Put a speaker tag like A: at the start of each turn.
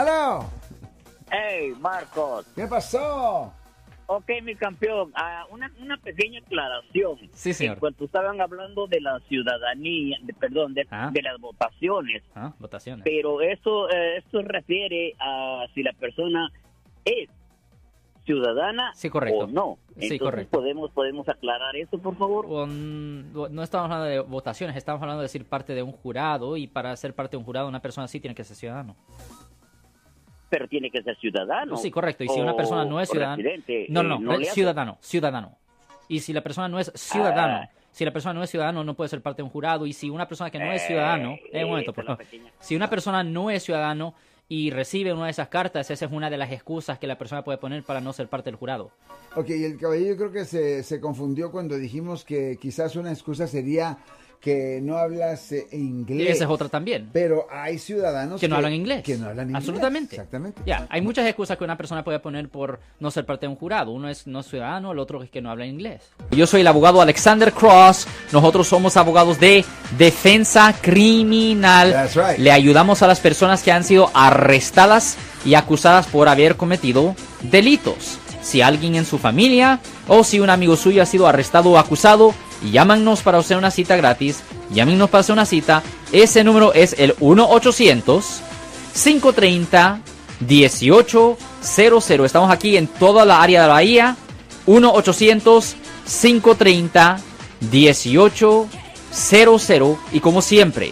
A: ¡Aló!
B: Hey, Marcos.
A: ¿Qué pasó?
B: Ok, mi campeón. Ah, una, una pequeña aclaración.
C: Sí, señor.
B: En cuanto estaban hablando de la ciudadanía, de- perdón, de,
C: Ah.
B: de las votaciones,
C: Ah, votaciones.
B: pero eso, eh, esto refiere a si la persona es ciudadana
C: Sí, correcto.
B: o no.
C: Sí,
B: Entonces,
C: correcto.
B: Podemos, podemos aclarar eso, por favor.
C: Un- no estamos hablando de votaciones, estamos hablando de ser parte de un jurado y para ser parte de un jurado una persona sí tiene que ser ciudadano.
B: Pero tiene que ser ciudadano.
C: Sí, correcto. Y si
B: o-
C: una persona no es
B: o
C: ciudadano...
B: residente,
C: No,
B: eh,
C: no,
B: no
C: re-
B: le hace-
C: ciudadano, ciudadano. Y si la persona no es
B: Ah.
C: ciudadano, si la persona no es ciudadano no puede ser parte de un jurado y si una persona que no es ciudadano,
B: Eh,
C: eh, un momento,
B: esa
C: por
B: es la
C: favor.
B: pequeña-
C: Si una persona no es ciudadano y recibe una de esas cartas, esa es una de las excusas que la persona puede poner para no ser parte del jurado.
A: Ok, y el caballero creo que se, se confundió cuando dijimos que quizás una excusa sería que no hablas eh,
C: Y
A: inglés.
C: esa es otra también.
A: Pero hay ciudadanos
C: que no hablan inglés.
A: Que no hablan inglés.
C: Absolutamente.
A: Exactamente.
C: Ya, hay muchas excusas que una persona puede poner por no ser parte de un jurado. Uno es no ciudadano, el otro es que no habla inglés. Yo soy el abogado Alexander Cross. Nosotros somos abogados de defensa criminal.
A: That's right.
C: Le ayudamos a las personas que han sido arrestadas y acusadas por haber cometido delitos. Si alguien en su familia o si un amigo suyo ha sido arrestado o acusado, llámanos para hacer una cita gratis. Llámenos para hacer una cita. Ese número es el 1 800 530 1800. Estamos aquí en toda la área de la Bahía. 1-800-530-1800. Y como siempre,